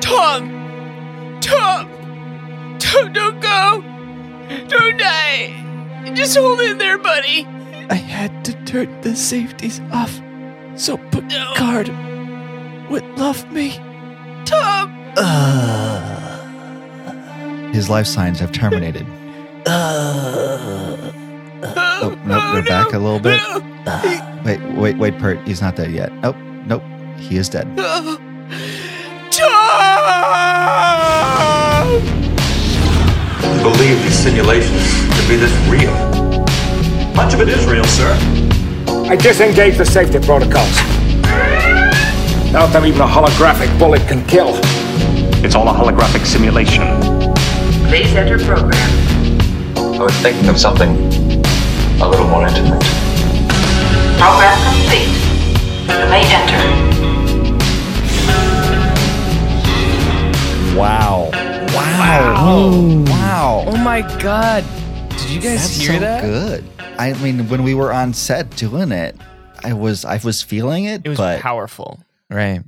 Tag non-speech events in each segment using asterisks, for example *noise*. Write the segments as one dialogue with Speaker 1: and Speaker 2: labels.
Speaker 1: Tom! Tom! Tom, don't go! Don't die! Just hold in there, buddy!
Speaker 2: I had to turn the safeties off so Picard would love me.
Speaker 1: Tom!
Speaker 3: His life signs
Speaker 2: *laughs*
Speaker 3: have terminated. Oh,
Speaker 1: Oh,
Speaker 3: nope,
Speaker 1: oh,
Speaker 3: we're
Speaker 1: no.
Speaker 3: back a little bit.
Speaker 1: No.
Speaker 3: Wait, wait, wait, Pert. He's not dead yet. Nope, nope. He is dead.
Speaker 1: Oh. Tom!
Speaker 4: believe these simulations to be this real. Much of it is real, sir.
Speaker 5: I disengage the safety protocols. Not that even a holographic bullet can kill.
Speaker 6: It's all a holographic simulation.
Speaker 7: Please enter program.
Speaker 4: I was thinking of something a little more intimate.
Speaker 7: Program complete. You may enter.
Speaker 3: Wow. Wow. Wow.
Speaker 2: Oh my god. Did you guys
Speaker 3: That's
Speaker 2: hear
Speaker 3: so
Speaker 2: that?
Speaker 3: good. I mean, when we were on set doing it, I was I was feeling it,
Speaker 1: It was
Speaker 3: but
Speaker 1: powerful.
Speaker 2: Right.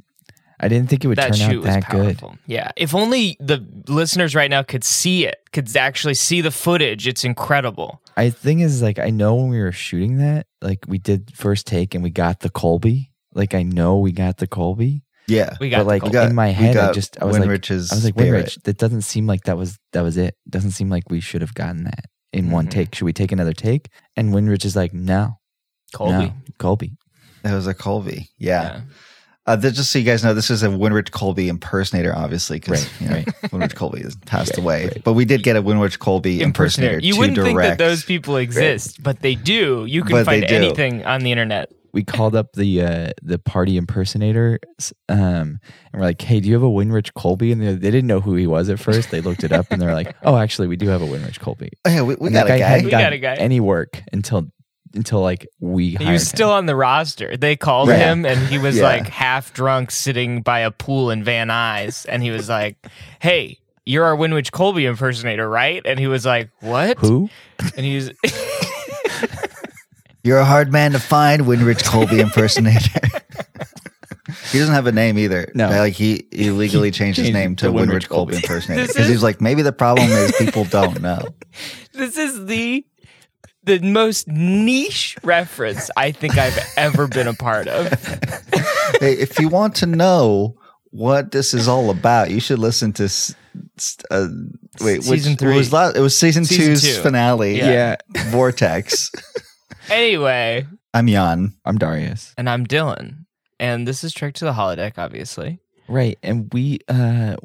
Speaker 2: I didn't think it would
Speaker 1: That
Speaker 2: turn
Speaker 1: shoot was
Speaker 2: out that good.
Speaker 1: powerful. Yeah. If only the listeners right now could see it, could actually see the footage. It's incredible.
Speaker 2: I thing is like I know when we were shooting that, like we did first take and we got the Colby. Like I know we got the Colby.
Speaker 3: yeah,
Speaker 1: We got
Speaker 2: but like
Speaker 1: the
Speaker 3: We got-
Speaker 2: in my
Speaker 3: we
Speaker 2: head, I
Speaker 3: got
Speaker 2: just I was like,
Speaker 3: Winrich's
Speaker 2: I was like,
Speaker 3: spirit.
Speaker 2: Winrich, that doesn't seem like that was that was it. Doesn't seem like we should have gotten that in one
Speaker 1: Mhm.
Speaker 2: take. Should we take another take? And Winrich is like, no,
Speaker 1: Colby.
Speaker 2: no, Colby.
Speaker 3: it was a Colby. Yeah. Uh, th- just so you guys know, this is a Winrich Colby impersonator, obviously, because
Speaker 2: Right,
Speaker 3: you know, *laughs* Winrich Colby has passed away.
Speaker 2: right.
Speaker 3: But we did get a Winrich Colby impersonator,
Speaker 1: impersonator. You
Speaker 3: to
Speaker 1: wouldn't
Speaker 3: direct.
Speaker 1: think that those people exist, but they do. You can
Speaker 3: But they
Speaker 1: find
Speaker 3: do.
Speaker 1: anything on the internet.
Speaker 2: We called up the uh, the party impersonator, um, and we're like, "Hey, do you have a Winrich Colby?" And they, they didn't know who he was at first. They looked it up, and they're like, "Oh, actually, we do have a Winrich Colby."
Speaker 3: Oh, yeah, we, *laughs* we
Speaker 2: And
Speaker 3: got
Speaker 2: that
Speaker 3: a guy.
Speaker 2: hadn't
Speaker 1: We got
Speaker 2: gotten
Speaker 1: a guy.
Speaker 2: Any work until until like we
Speaker 1: He
Speaker 2: hired
Speaker 1: was still
Speaker 2: him.
Speaker 1: on the roster. They called
Speaker 3: Right.
Speaker 1: him, and he was
Speaker 3: Yeah.
Speaker 1: like half drunk, sitting by a pool in Van Nuys, and he was like, "Hey." You're our Winwich Colby impersonator, right? And he was like, "What?"
Speaker 2: who?
Speaker 1: And he was, *laughs*
Speaker 3: You're a hard man to find, Winrich Colby impersonator. he doesn't have a name either.
Speaker 2: No.
Speaker 3: like he illegally changed, his
Speaker 2: changed
Speaker 3: name to
Speaker 2: to
Speaker 3: Winrich,
Speaker 2: Winrich
Speaker 3: Colby
Speaker 2: Colby.
Speaker 3: impersonator
Speaker 1: This
Speaker 3: because he
Speaker 1: is-
Speaker 3: was like, maybe the problem is people don't know.
Speaker 1: "This is the the most niche reference I think I've ever been a part of."
Speaker 3: Hey, if you want to know what this is all about, you should listen to. s- s- Uh, wait, which,
Speaker 1: Season
Speaker 3: it
Speaker 1: three.
Speaker 3: was la- it was season,
Speaker 1: Season
Speaker 3: two's
Speaker 1: two.
Speaker 3: finale.
Speaker 1: Yeah.
Speaker 3: Vortex.
Speaker 1: Anyway,
Speaker 3: I'm Jan.
Speaker 2: I'm Darius.
Speaker 1: and I'm Dylan, and this is Trick to the Holodeck, obviously.
Speaker 2: Right, and we uh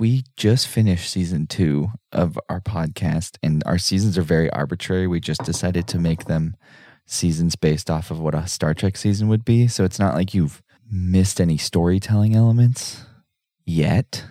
Speaker 2: we just finished season 2 of our podcast and our seasons are very arbitrary. We just decided to make them seasons based off of what a Star Trek season would be, so it's not like you've missed any storytelling elements yet.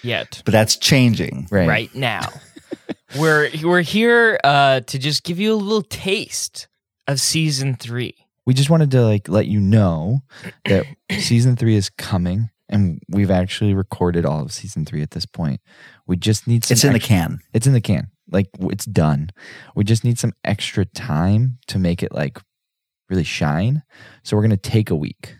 Speaker 1: Yet,
Speaker 3: But that's changing.
Speaker 2: Right.
Speaker 1: right now, *laughs* we're we're here uh, to just give you a little taste of season three.
Speaker 2: we just wanted to like let you know that season three is coming and we've actually recorded all of season three at this point we just need some
Speaker 3: It's in the
Speaker 2: ex-
Speaker 3: can.
Speaker 2: it's in the can like w- it's done we just need some extra time to make it like really shine so we're gonna take a week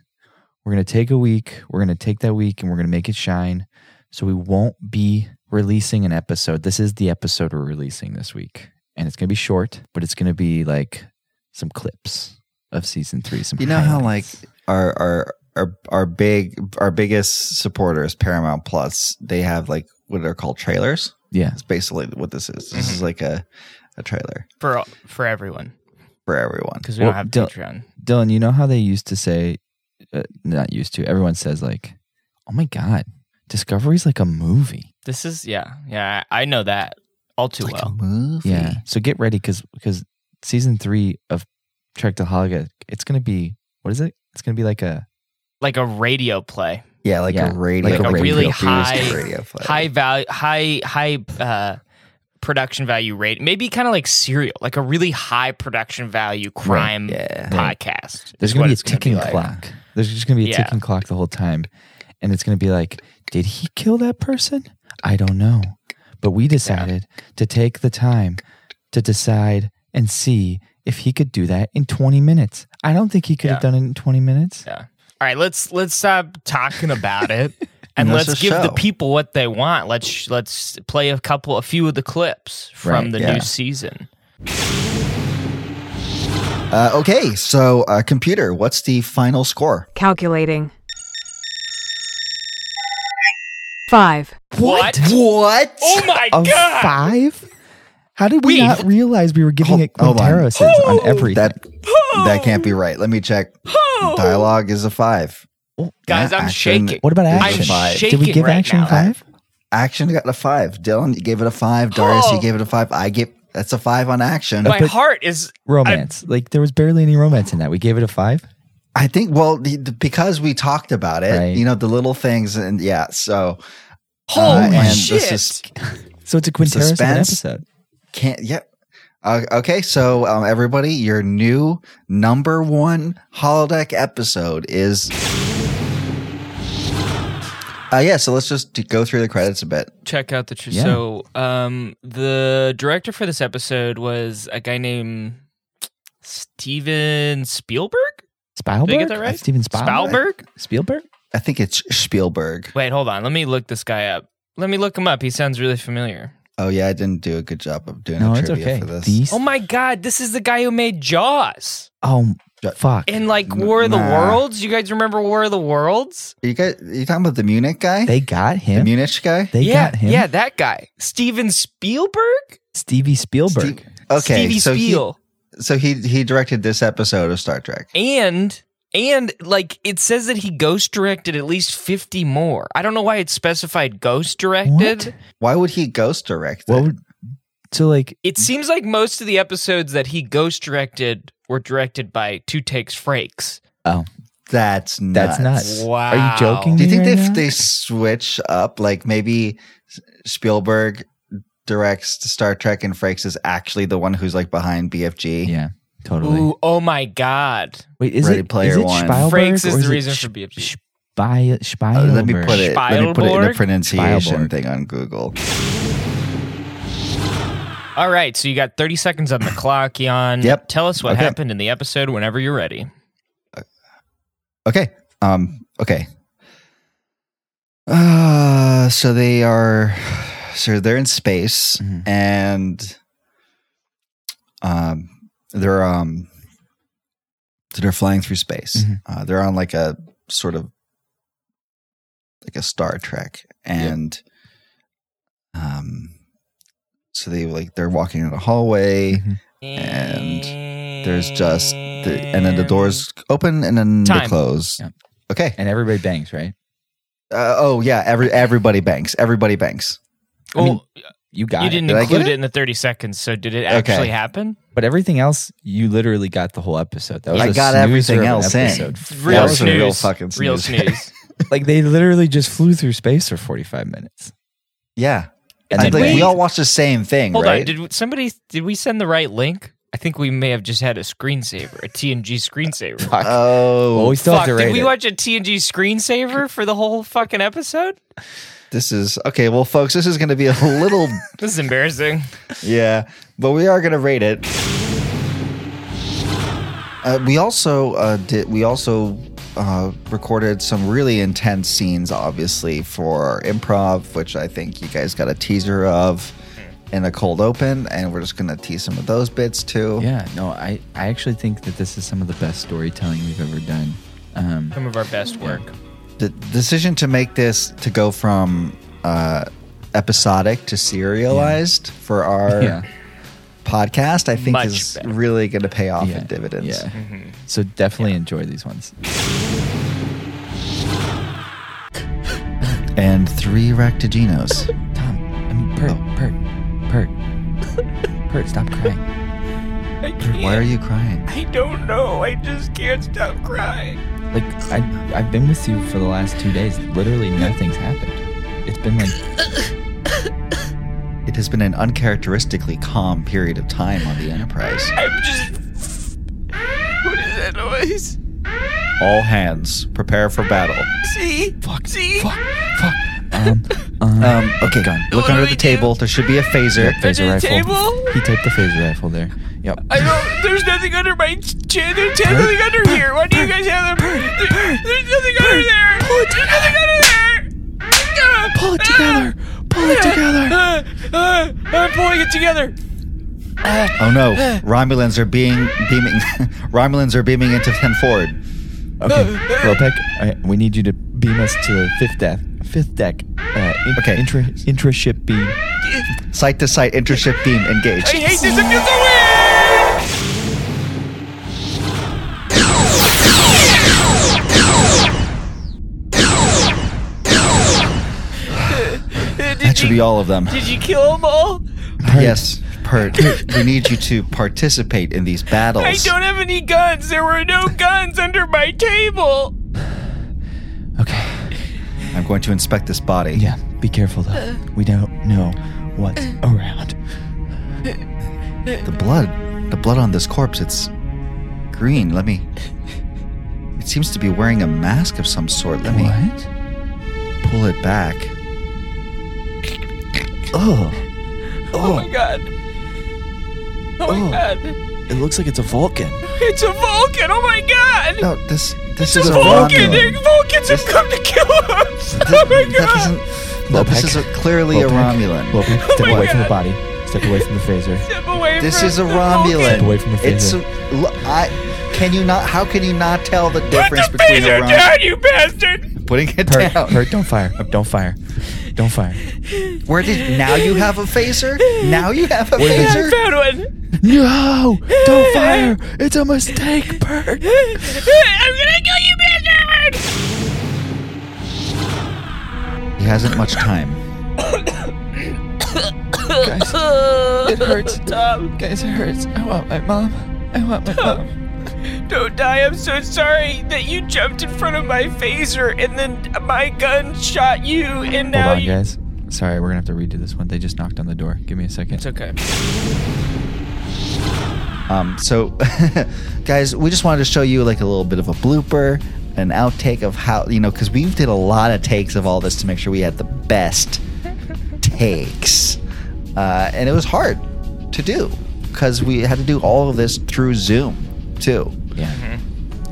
Speaker 2: we're gonna take a week we're gonna take that week and we're gonna make it shine so we won't be releasing an episode this is the episode we're releasing this week and it's gonna be short but it's gonna be like some clips of season three some
Speaker 3: You know how like
Speaker 2: highlights.
Speaker 3: our our our our big our biggest supporters, Paramount Plus, they have like what are called trailers.
Speaker 2: yeah
Speaker 3: That's basically what this is. This is like a a trailer
Speaker 1: for for everyone
Speaker 3: for everyone.
Speaker 1: because we
Speaker 2: Well,
Speaker 1: don't have
Speaker 2: don't-
Speaker 1: Patreon.
Speaker 2: Dylan, you know how they used to say, uh, not used to, everyone says, like, oh my God, Discovery's like a movie.
Speaker 1: This is yeah yeah I I know that all too
Speaker 3: Like a
Speaker 1: well.
Speaker 3: movie.
Speaker 2: Yeah. So get ready because because season three of Trek to Holodeck, it's going to be, what is it? It's going to be like a,
Speaker 1: Like a radio play,
Speaker 3: Yeah, like
Speaker 2: Yeah,
Speaker 3: a radio.
Speaker 2: like a
Speaker 3: play.
Speaker 2: really
Speaker 3: Feels like a
Speaker 1: high-
Speaker 3: radio play.
Speaker 1: high value, high high uh, production value rate. Maybe kind of like Serial, like a really high production value crime
Speaker 3: Yeah.
Speaker 1: podcast.
Speaker 2: there's
Speaker 1: is what
Speaker 2: going to be a
Speaker 1: it's gonna
Speaker 2: ticking
Speaker 1: like.
Speaker 2: clock. There's just going to be a
Speaker 1: Yeah.
Speaker 2: ticking clock the whole time. And it's going to be like, did he kill that person? I don't know. But we decided to take the time to decide and see if he could do that in 20 minutes. I don't think he could have
Speaker 1: Yeah.
Speaker 2: done it in 20 minutes.
Speaker 1: Yeah. All right, let's let's stop talking about
Speaker 2: *laughs*
Speaker 1: it and
Speaker 3: That's
Speaker 1: let's
Speaker 3: a
Speaker 1: give the
Speaker 3: show.
Speaker 1: people what they want. Let's let's play a couple, a few of the clips from
Speaker 2: Right,
Speaker 1: the
Speaker 3: yeah.
Speaker 1: new season.
Speaker 3: Uh, okay, so uh, computer, what's the final score?
Speaker 8: Calculating. Five.
Speaker 1: What?
Speaker 3: What?
Speaker 1: Oh my
Speaker 2: A
Speaker 1: god!
Speaker 2: five? How did we
Speaker 1: We've-
Speaker 2: not realize we were giving it
Speaker 3: Hold- hold on.
Speaker 2: Quinteros on everything?
Speaker 3: That that can't be right. Let me check.
Speaker 2: Oh.
Speaker 3: Dialogue is a five.
Speaker 1: Guys,
Speaker 3: Yeah,
Speaker 1: I'm
Speaker 3: action.
Speaker 1: shaking.
Speaker 2: what about
Speaker 3: I'm
Speaker 2: action?
Speaker 1: shaking
Speaker 2: did we give
Speaker 1: right
Speaker 2: action
Speaker 1: now.
Speaker 2: five?
Speaker 3: Action got a five. Dylan, you gave it a five. Darius,
Speaker 1: Oh.
Speaker 3: you gave it a five. I give that's a five on action.
Speaker 1: My heart is
Speaker 2: Romance. like there was barely any romance in that. We gave it a five.
Speaker 3: I think well the, the- because we talked about it,
Speaker 2: Right.
Speaker 3: you know, the little things and yeah. So uh,
Speaker 1: holy
Speaker 3: and this
Speaker 1: shit.
Speaker 3: is-
Speaker 2: So it's a Quinteros of an
Speaker 3: Suspense.
Speaker 2: episode.
Speaker 3: can't yep. Uh, okay, so um, everybody, your new number one holodeck episode is. Uh, yeah, so let's just d- go through the credits a bit.
Speaker 1: check out the tr-
Speaker 2: Yeah.
Speaker 1: so um the director for this episode was a guy named Steven Spielberg.
Speaker 2: Spielberg. Uh,
Speaker 1: Did I get that right?
Speaker 2: Steven Spielberg.
Speaker 1: Spielberg?
Speaker 2: Spielberg.
Speaker 3: I think it's Spielberg.
Speaker 1: Wait, hold on. Let me look this guy up. Let me look him up. He sounds really familiar.
Speaker 3: Oh yeah, I didn't do a good job of doing
Speaker 2: No,
Speaker 3: a
Speaker 2: it's
Speaker 3: trivia
Speaker 2: okay.
Speaker 3: for this.
Speaker 2: These-
Speaker 1: Oh my god, this is the guy who made Jaws
Speaker 2: Oh fuck.
Speaker 1: and like War of the
Speaker 3: nah.
Speaker 1: Worlds. You guys remember War of the Worlds?
Speaker 3: Are you guys, are you talking about the Munich guy?
Speaker 2: They got
Speaker 3: the
Speaker 2: him.
Speaker 3: Munich guy.
Speaker 2: They
Speaker 1: yeah,
Speaker 2: got him.
Speaker 1: yeah, that guy, Steven Spielberg.
Speaker 2: Stevie Spielberg.
Speaker 3: Steve- okay,
Speaker 1: Stevie
Speaker 3: so he-
Speaker 1: Spiel.
Speaker 3: so he he directed this episode of Star Trek.
Speaker 1: and and like it says that he ghost directed at least 50 more i don't know why it specified ghost directed
Speaker 2: What?
Speaker 3: Why would he ghost direct?
Speaker 2: What
Speaker 3: it?
Speaker 2: would, so like
Speaker 1: it seems like most of the episodes that he ghost directed were directed by two takes frakes
Speaker 2: oh
Speaker 3: That's nuts.
Speaker 2: that's nuts.
Speaker 1: Wow.
Speaker 2: Are you joking?
Speaker 3: Do you
Speaker 2: me
Speaker 3: think
Speaker 2: right
Speaker 3: they
Speaker 2: now?
Speaker 3: they switch up? Like maybe S- Spielberg directs Star Trek, and Frakes is actually the one who's like behind BFG.
Speaker 2: Yeah, totally.
Speaker 1: Ooh, oh my god
Speaker 2: Wait, is
Speaker 3: Ready
Speaker 2: it
Speaker 3: Player
Speaker 2: is it
Speaker 3: One.
Speaker 2: Spielberg
Speaker 1: frakes
Speaker 2: or
Speaker 1: is the
Speaker 2: it
Speaker 1: reason
Speaker 2: Sh-
Speaker 1: for bfg
Speaker 2: Spy, Spielberg.
Speaker 3: Uh, let me put it. Let me put it in the
Speaker 1: Spielberg?
Speaker 3: pronunciation
Speaker 2: Spielberg.
Speaker 3: thing on Google.
Speaker 1: all right so you got 30 seconds
Speaker 3: *clears throat*
Speaker 1: on the clock Jan.
Speaker 3: Yep.
Speaker 1: tell us what
Speaker 3: Okay.
Speaker 1: happened in the episode whenever you're ready
Speaker 3: Okay. Um. Okay. Uh, so they are, so they're in space,
Speaker 2: Mhm.
Speaker 3: and um, they're um, so they're flying through space.
Speaker 2: Mhm.
Speaker 3: Uh, they're on like a sort of like a Star Trek, and um, so they like they're walking in a hallway,
Speaker 2: Mhm.
Speaker 3: And there's just the, and then the doors open and then they
Speaker 1: Time.
Speaker 3: close.
Speaker 2: Yep.
Speaker 3: Okay.
Speaker 2: And everybody bangs, right?
Speaker 3: Uh, oh yeah, every everybody banks. Everybody banks.
Speaker 2: I mean,
Speaker 1: Well,
Speaker 2: You got
Speaker 1: you
Speaker 2: it.
Speaker 1: didn't
Speaker 3: Did I get
Speaker 1: include it?
Speaker 3: it?
Speaker 1: in the 30 seconds so did it actually
Speaker 3: Okay.
Speaker 1: happen
Speaker 2: But everything else, you literally got the whole episode. That was
Speaker 3: I
Speaker 2: a
Speaker 3: got
Speaker 2: snoozer
Speaker 3: everything
Speaker 2: of an
Speaker 3: else in.
Speaker 2: episode.
Speaker 1: real
Speaker 3: was a
Speaker 1: snooze.
Speaker 3: real fucking
Speaker 1: Real
Speaker 3: snooze. *laughs*
Speaker 1: snooze.
Speaker 2: Like they literally just flew through space for forty-five minutes.
Speaker 3: Yeah.
Speaker 2: And
Speaker 3: I
Speaker 2: then
Speaker 3: think
Speaker 1: we-
Speaker 3: we all watch the same thing,
Speaker 1: Hold
Speaker 3: right?
Speaker 1: on. Did somebody? Did we send the right link? I think we may have just had a screensaver, a TNG
Speaker 3: *laughs*
Speaker 1: screensaver.
Speaker 2: fuck.
Speaker 3: oh,
Speaker 2: well, we still
Speaker 1: Fuck!
Speaker 2: have to
Speaker 1: Did
Speaker 2: rate
Speaker 1: we
Speaker 2: it.
Speaker 1: watch a TNG screensaver for the whole fucking episode?
Speaker 3: this is okay. Well, folks, this is going to be a little
Speaker 1: This is embarrassing.
Speaker 3: *laughs* yeah, *laughs* but we are going to rate it. Uh, we also uh, did. We also uh, recorded some really intense scenes, obviously for improv, which I think you guys got a teaser of in a cold open, and we're just going to tease some of those bits too.
Speaker 2: yeah, no, I, I actually think that this is some of the best storytelling we've ever done. Um,
Speaker 1: Some of our best work.
Speaker 3: the decision to make this to go from uh, episodic to serialized for our
Speaker 2: yeah,
Speaker 3: podcast, I think
Speaker 1: Much
Speaker 3: is
Speaker 1: better.
Speaker 3: really going to pay off
Speaker 2: yeah,
Speaker 3: in dividends.
Speaker 2: Yeah.
Speaker 1: Mm-hmm.
Speaker 2: So definitely enjoy these ones.
Speaker 3: And three Ractogenos.
Speaker 2: Tom, I mean, Pert, Pert, *laughs* Pert, Pert, stop crying.
Speaker 1: I
Speaker 3: Why are you crying?
Speaker 1: I don't know. I just can't stop crying.
Speaker 2: Like I, I've been with you for the last two days. Literally nothing's happened. It's been like
Speaker 3: It has been an uncharacteristically calm period of time on the Enterprise.
Speaker 1: I'm just. What is that noise?
Speaker 3: All hands prepare for battle.
Speaker 1: See?
Speaker 2: fuck, fuck, fuck. Um,
Speaker 3: Um, okay,
Speaker 1: What
Speaker 3: look
Speaker 1: do
Speaker 3: under
Speaker 1: we do?
Speaker 3: the table. There should be a phaser.
Speaker 1: Under the table?
Speaker 2: He typed the phaser rifle there. Yep.
Speaker 1: I don't. There's nothing under my chin. There's nothing under here. Why do you guys have them? There- There's nothing under Ah. there. Pull it together. Pull it together. Pull it together. Ah. I'm pulling it together.
Speaker 3: Oh
Speaker 1: *gasps*
Speaker 3: no, Romulans are being beaming. *laughs* Romulans are beaming into ten forward.
Speaker 2: Okay, Ropek, I, we need you to beam us to the fifth deck. Fifth deck. Uh, in,
Speaker 3: Okay.
Speaker 2: Intra, intra ship beam.
Speaker 3: Sight to sight, intership beam engaged.
Speaker 1: I hate this. I'm just a win.
Speaker 3: *laughs* That should be all of them.
Speaker 1: Did you kill them all?
Speaker 3: Yes, Pert. we need you to participate in these battles.
Speaker 1: I don't have any guns. There were no guns under my table.
Speaker 2: Okay.
Speaker 3: I'm going to inspect this body.
Speaker 2: Yeah, be careful though. We don't know what's around.
Speaker 3: The blood, the blood on this corpse, it's green. Let me. It seems to be wearing a mask of some sort. Let me
Speaker 2: What?
Speaker 3: pull it back.
Speaker 9: Oh,
Speaker 1: Oh my god. Oh my
Speaker 9: Oh.
Speaker 1: god.
Speaker 9: it looks like it's a Vulcan.
Speaker 1: It's a Vulcan. Oh my god.
Speaker 3: No, this this
Speaker 1: It's
Speaker 3: is
Speaker 1: a
Speaker 3: a
Speaker 1: Vulcan.
Speaker 3: Romulan.
Speaker 1: The Vulcans have come to kill us. *laughs* oh my
Speaker 3: Th- that
Speaker 1: god.
Speaker 3: doesn't. No, this
Speaker 2: Lopek.
Speaker 3: is a, clearly a
Speaker 2: Lopek.
Speaker 3: Romulan.
Speaker 2: *laughs* Lopek,
Speaker 1: Oh
Speaker 2: step
Speaker 1: my
Speaker 2: away from
Speaker 1: God.
Speaker 2: the body. Step away from the
Speaker 1: *laughs*
Speaker 2: phaser.
Speaker 1: Step away
Speaker 3: This
Speaker 1: from
Speaker 3: is a
Speaker 1: the
Speaker 3: Romulan.
Speaker 1: Vulcan.
Speaker 2: away from the
Speaker 3: It's a, lo- I can you not? How can you not tell the difference
Speaker 1: Put the
Speaker 3: between a
Speaker 1: phaser
Speaker 3: Romulan?
Speaker 1: down, you bastard!
Speaker 3: Putting it
Speaker 2: Hurt,
Speaker 3: down.
Speaker 2: hurt, don't fire. Don't fire. Don't fire.
Speaker 3: Where did now you have a phaser? Now you have a
Speaker 1: Yeah,
Speaker 3: phaser.
Speaker 1: I found one.
Speaker 2: No! Don't fire! It's a mistake, Bert!
Speaker 1: *laughs* I'm gonna kill you, bastard!
Speaker 3: He hasn't much time.
Speaker 2: It hurts.
Speaker 1: Tom,
Speaker 2: Guys, it hurts. I want my mom. I want my mom.
Speaker 1: don't die. I'm so sorry that you jumped in front of my phaser and then my gun shot you, and now
Speaker 2: Hold on,
Speaker 1: you.
Speaker 2: guys. Sorry, we're gonna have to redo this one. They just knocked on the door. Give me a second.
Speaker 1: okay.
Speaker 3: Um, so, *laughs* guys, we just wanted to show you like a little bit of a blooper, an outtake of how you know because we did a lot of takes of all this to make sure we had the best takes, uh, and it was hard to do because we had to do all of this through Zoom too.
Speaker 2: Yeah.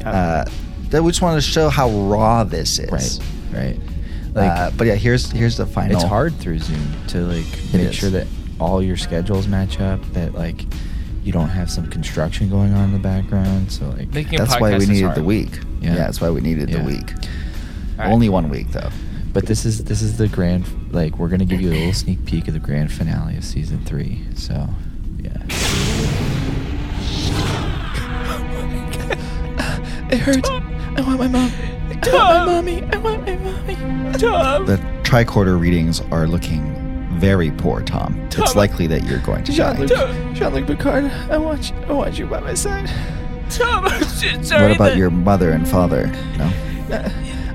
Speaker 3: Uh, that we just wanted to show how raw this is.
Speaker 2: Right. Right. Like
Speaker 3: uh, but yeah, here's here's the final.
Speaker 2: it's hard through Zoom to like
Speaker 3: It
Speaker 2: make
Speaker 3: is.
Speaker 2: sure that all your schedules match up. That like you don't have some construction going on in the background. So like
Speaker 1: Making
Speaker 3: That's why we needed the week.
Speaker 2: Yeah.
Speaker 3: Yeah. that's why we needed
Speaker 2: Yeah.
Speaker 3: the week.
Speaker 1: right.
Speaker 3: Only one week though.
Speaker 2: But this is this is the grand like we're gonna give you a little sneak peek of the grand finale of season three. So yeah. *laughs* it hurts. I want my mom. I want my mommy. I want my mommy.
Speaker 1: Tom,
Speaker 3: The tricorder readings are looking very poor, Tom. It's likely that you're going to die.
Speaker 2: Jean Luc Picard, I want you I want you by my side.
Speaker 1: Tom, I'm so sorry.
Speaker 3: What about
Speaker 1: that-
Speaker 3: your mother and father? No.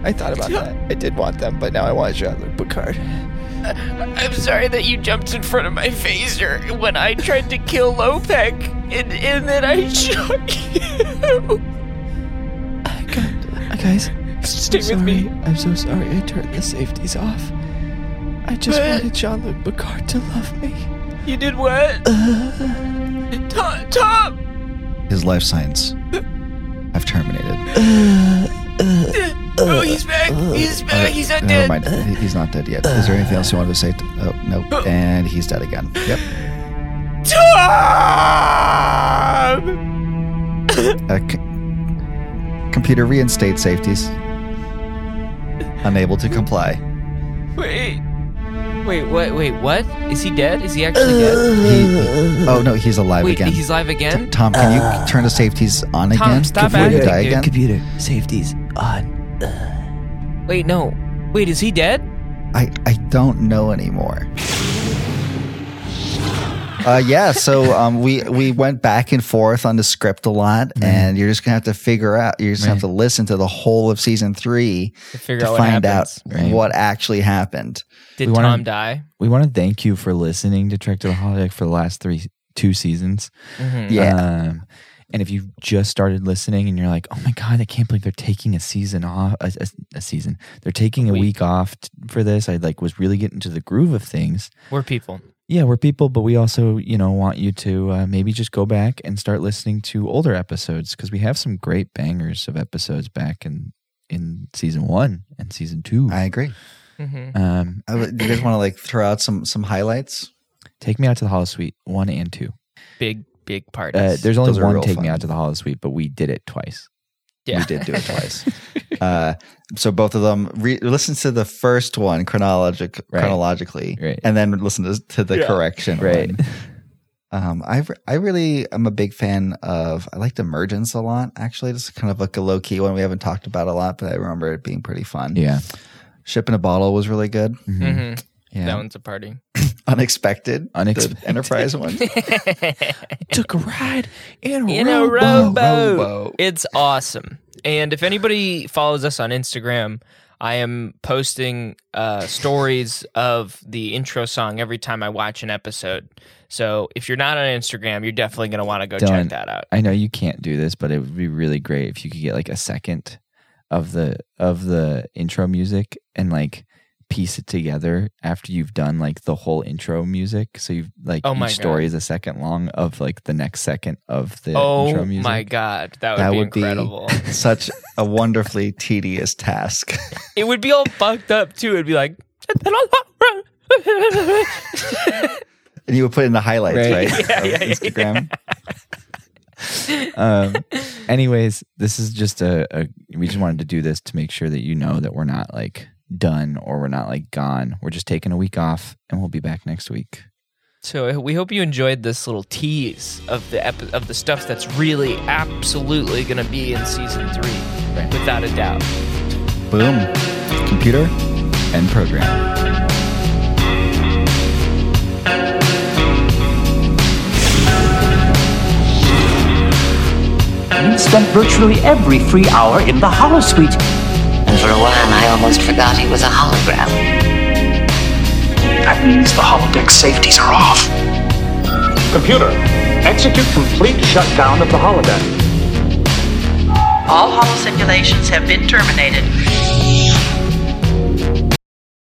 Speaker 2: I thought about that. I did want them, but now I want Jean Luc Picard.
Speaker 1: I'm sorry that you jumped in front of my phaser when I tried to kill Lopek, and, and then I *laughs* shot you.
Speaker 2: Guys,
Speaker 1: Stay with
Speaker 2: sorry.
Speaker 1: me.
Speaker 2: I'm so sorry I turned the safeties off. I just wanted Jean Luc Picard to love me.
Speaker 1: You did what?
Speaker 2: Uh,
Speaker 1: Tom, Tom,
Speaker 3: His life signs have terminated.
Speaker 2: uh,
Speaker 1: oh, he's back. He's back. *laughs* He's not
Speaker 3: Never
Speaker 1: dead.
Speaker 3: mind. He- He's not dead yet. Is there anything else you wanted to say? Oh, no. And he's dead again. Yep.
Speaker 1: Tom.
Speaker 3: Uh, c- computer reinstate safeties. Unable to comply.
Speaker 1: Wait. Wait, what? Wait, what? Is he dead? Is he actually
Speaker 2: Uh,
Speaker 1: dead?
Speaker 3: He, he- oh, no, he's alive
Speaker 1: Wait,
Speaker 3: again.
Speaker 1: he's live again?
Speaker 3: Tom, can you turn the safeties on again
Speaker 1: stop
Speaker 3: before you
Speaker 1: acting,
Speaker 3: die
Speaker 1: dude.
Speaker 3: again?
Speaker 9: Computer, safety's on.
Speaker 1: Wait, no. Wait, is he dead?
Speaker 3: I, I don't know anymore. Uh, yeah, so um, we we went back and forth on the script a lot, and you're just gonna have to figure out. You're just gonna have to listen to the whole of season three
Speaker 1: To figure
Speaker 3: to
Speaker 1: out what
Speaker 3: find
Speaker 1: happens.
Speaker 3: out
Speaker 2: Right.
Speaker 3: what actually happened.
Speaker 1: Did
Speaker 2: We wanna-
Speaker 1: Tom die?
Speaker 2: We want to thank Mm-hmm. you for listening to Trek to the Holodeck for the last three two seasons.
Speaker 3: Yeah,
Speaker 2: Um, And if you just started listening and you're like, oh my God, I can't believe they're taking a season off, a, a- a season, they're taking a week, off t- for this. I like was really getting to the groove of things.
Speaker 1: We're people.
Speaker 2: Yeah, we're people, but we also, you know, want you to uh, maybe just go back and start listening to older episodes because we have some great bangers of episodes back in in season one and season two.
Speaker 3: I agree.
Speaker 2: um,
Speaker 3: I would- do you guys want to like throw out some some highlights?
Speaker 2: take me out to the Hollow Suite one and two.
Speaker 1: Big, big parties.
Speaker 2: Uh, there's only
Speaker 3: Those are
Speaker 2: one
Speaker 3: real
Speaker 2: take me
Speaker 3: fun.
Speaker 2: out to the Hollow Suite, but we did it twice.
Speaker 1: yeah.
Speaker 3: We did do it *laughs* twice. uh, so both of them re- listen to the first one chronologic
Speaker 2: Right.
Speaker 3: chronologically,
Speaker 2: Right.
Speaker 3: and then listen to, to the correction.
Speaker 2: Right.
Speaker 3: one. Um, I re- I really am a big fan of. I liked Emergence a lot. Actually, it's kind of like a low key one we haven't talked about a lot, but I remember it being pretty fun.
Speaker 2: Yeah. Mm-hmm.
Speaker 3: Ship in a Bottle was really good.
Speaker 1: hmm
Speaker 2: Yeah.
Speaker 1: That one's a party.
Speaker 3: *laughs* Unexpected. the
Speaker 2: Unexpected.
Speaker 3: Enterprise one.
Speaker 2: Took a ride in a,
Speaker 1: In a
Speaker 2: rowboat.
Speaker 1: rowboat. It's awesome. And if anybody follows us on Instagram, I am posting uh, stories of the intro song every time I watch an episode. So if you're not on Instagram, you're definitely going to want to go
Speaker 2: Done.
Speaker 1: check that out.
Speaker 2: I know you can't do this, but it would be really great if you could get like a second of the of the intro music and like piece it together after you've done like the whole intro music. So you've like
Speaker 1: Oh my
Speaker 2: each story
Speaker 1: God.
Speaker 2: is a second long of like the next second of the intro
Speaker 1: Oh
Speaker 2: music.
Speaker 1: my God. That would
Speaker 3: That
Speaker 1: be
Speaker 3: would be-
Speaker 1: incredible.
Speaker 3: Such a wonderfully tedious task. *laughs*
Speaker 1: it would be all fucked up too. It'd be like.
Speaker 3: And you would put in the highlights, right? of Instagram.
Speaker 1: *laughs*
Speaker 2: um, anyways, this is just a, a we just wanted to do this to make sure that you know that we're not like done or we're not like gone. We're just taking a week off and we'll be back next week.
Speaker 1: So we hope you enjoyed this little tease of the epi- of the stuff that's really absolutely going to be in season three, without a doubt.
Speaker 3: Boom. Computer and program.
Speaker 9: You spent virtually every free hour in the Hollow Suite.
Speaker 7: And for a while, I almost forgot he was a hologram.
Speaker 9: That means the holodeck safeties are off.
Speaker 10: Computer, execute complete shutdown of the holodeck.
Speaker 7: All holo simulations have been terminated.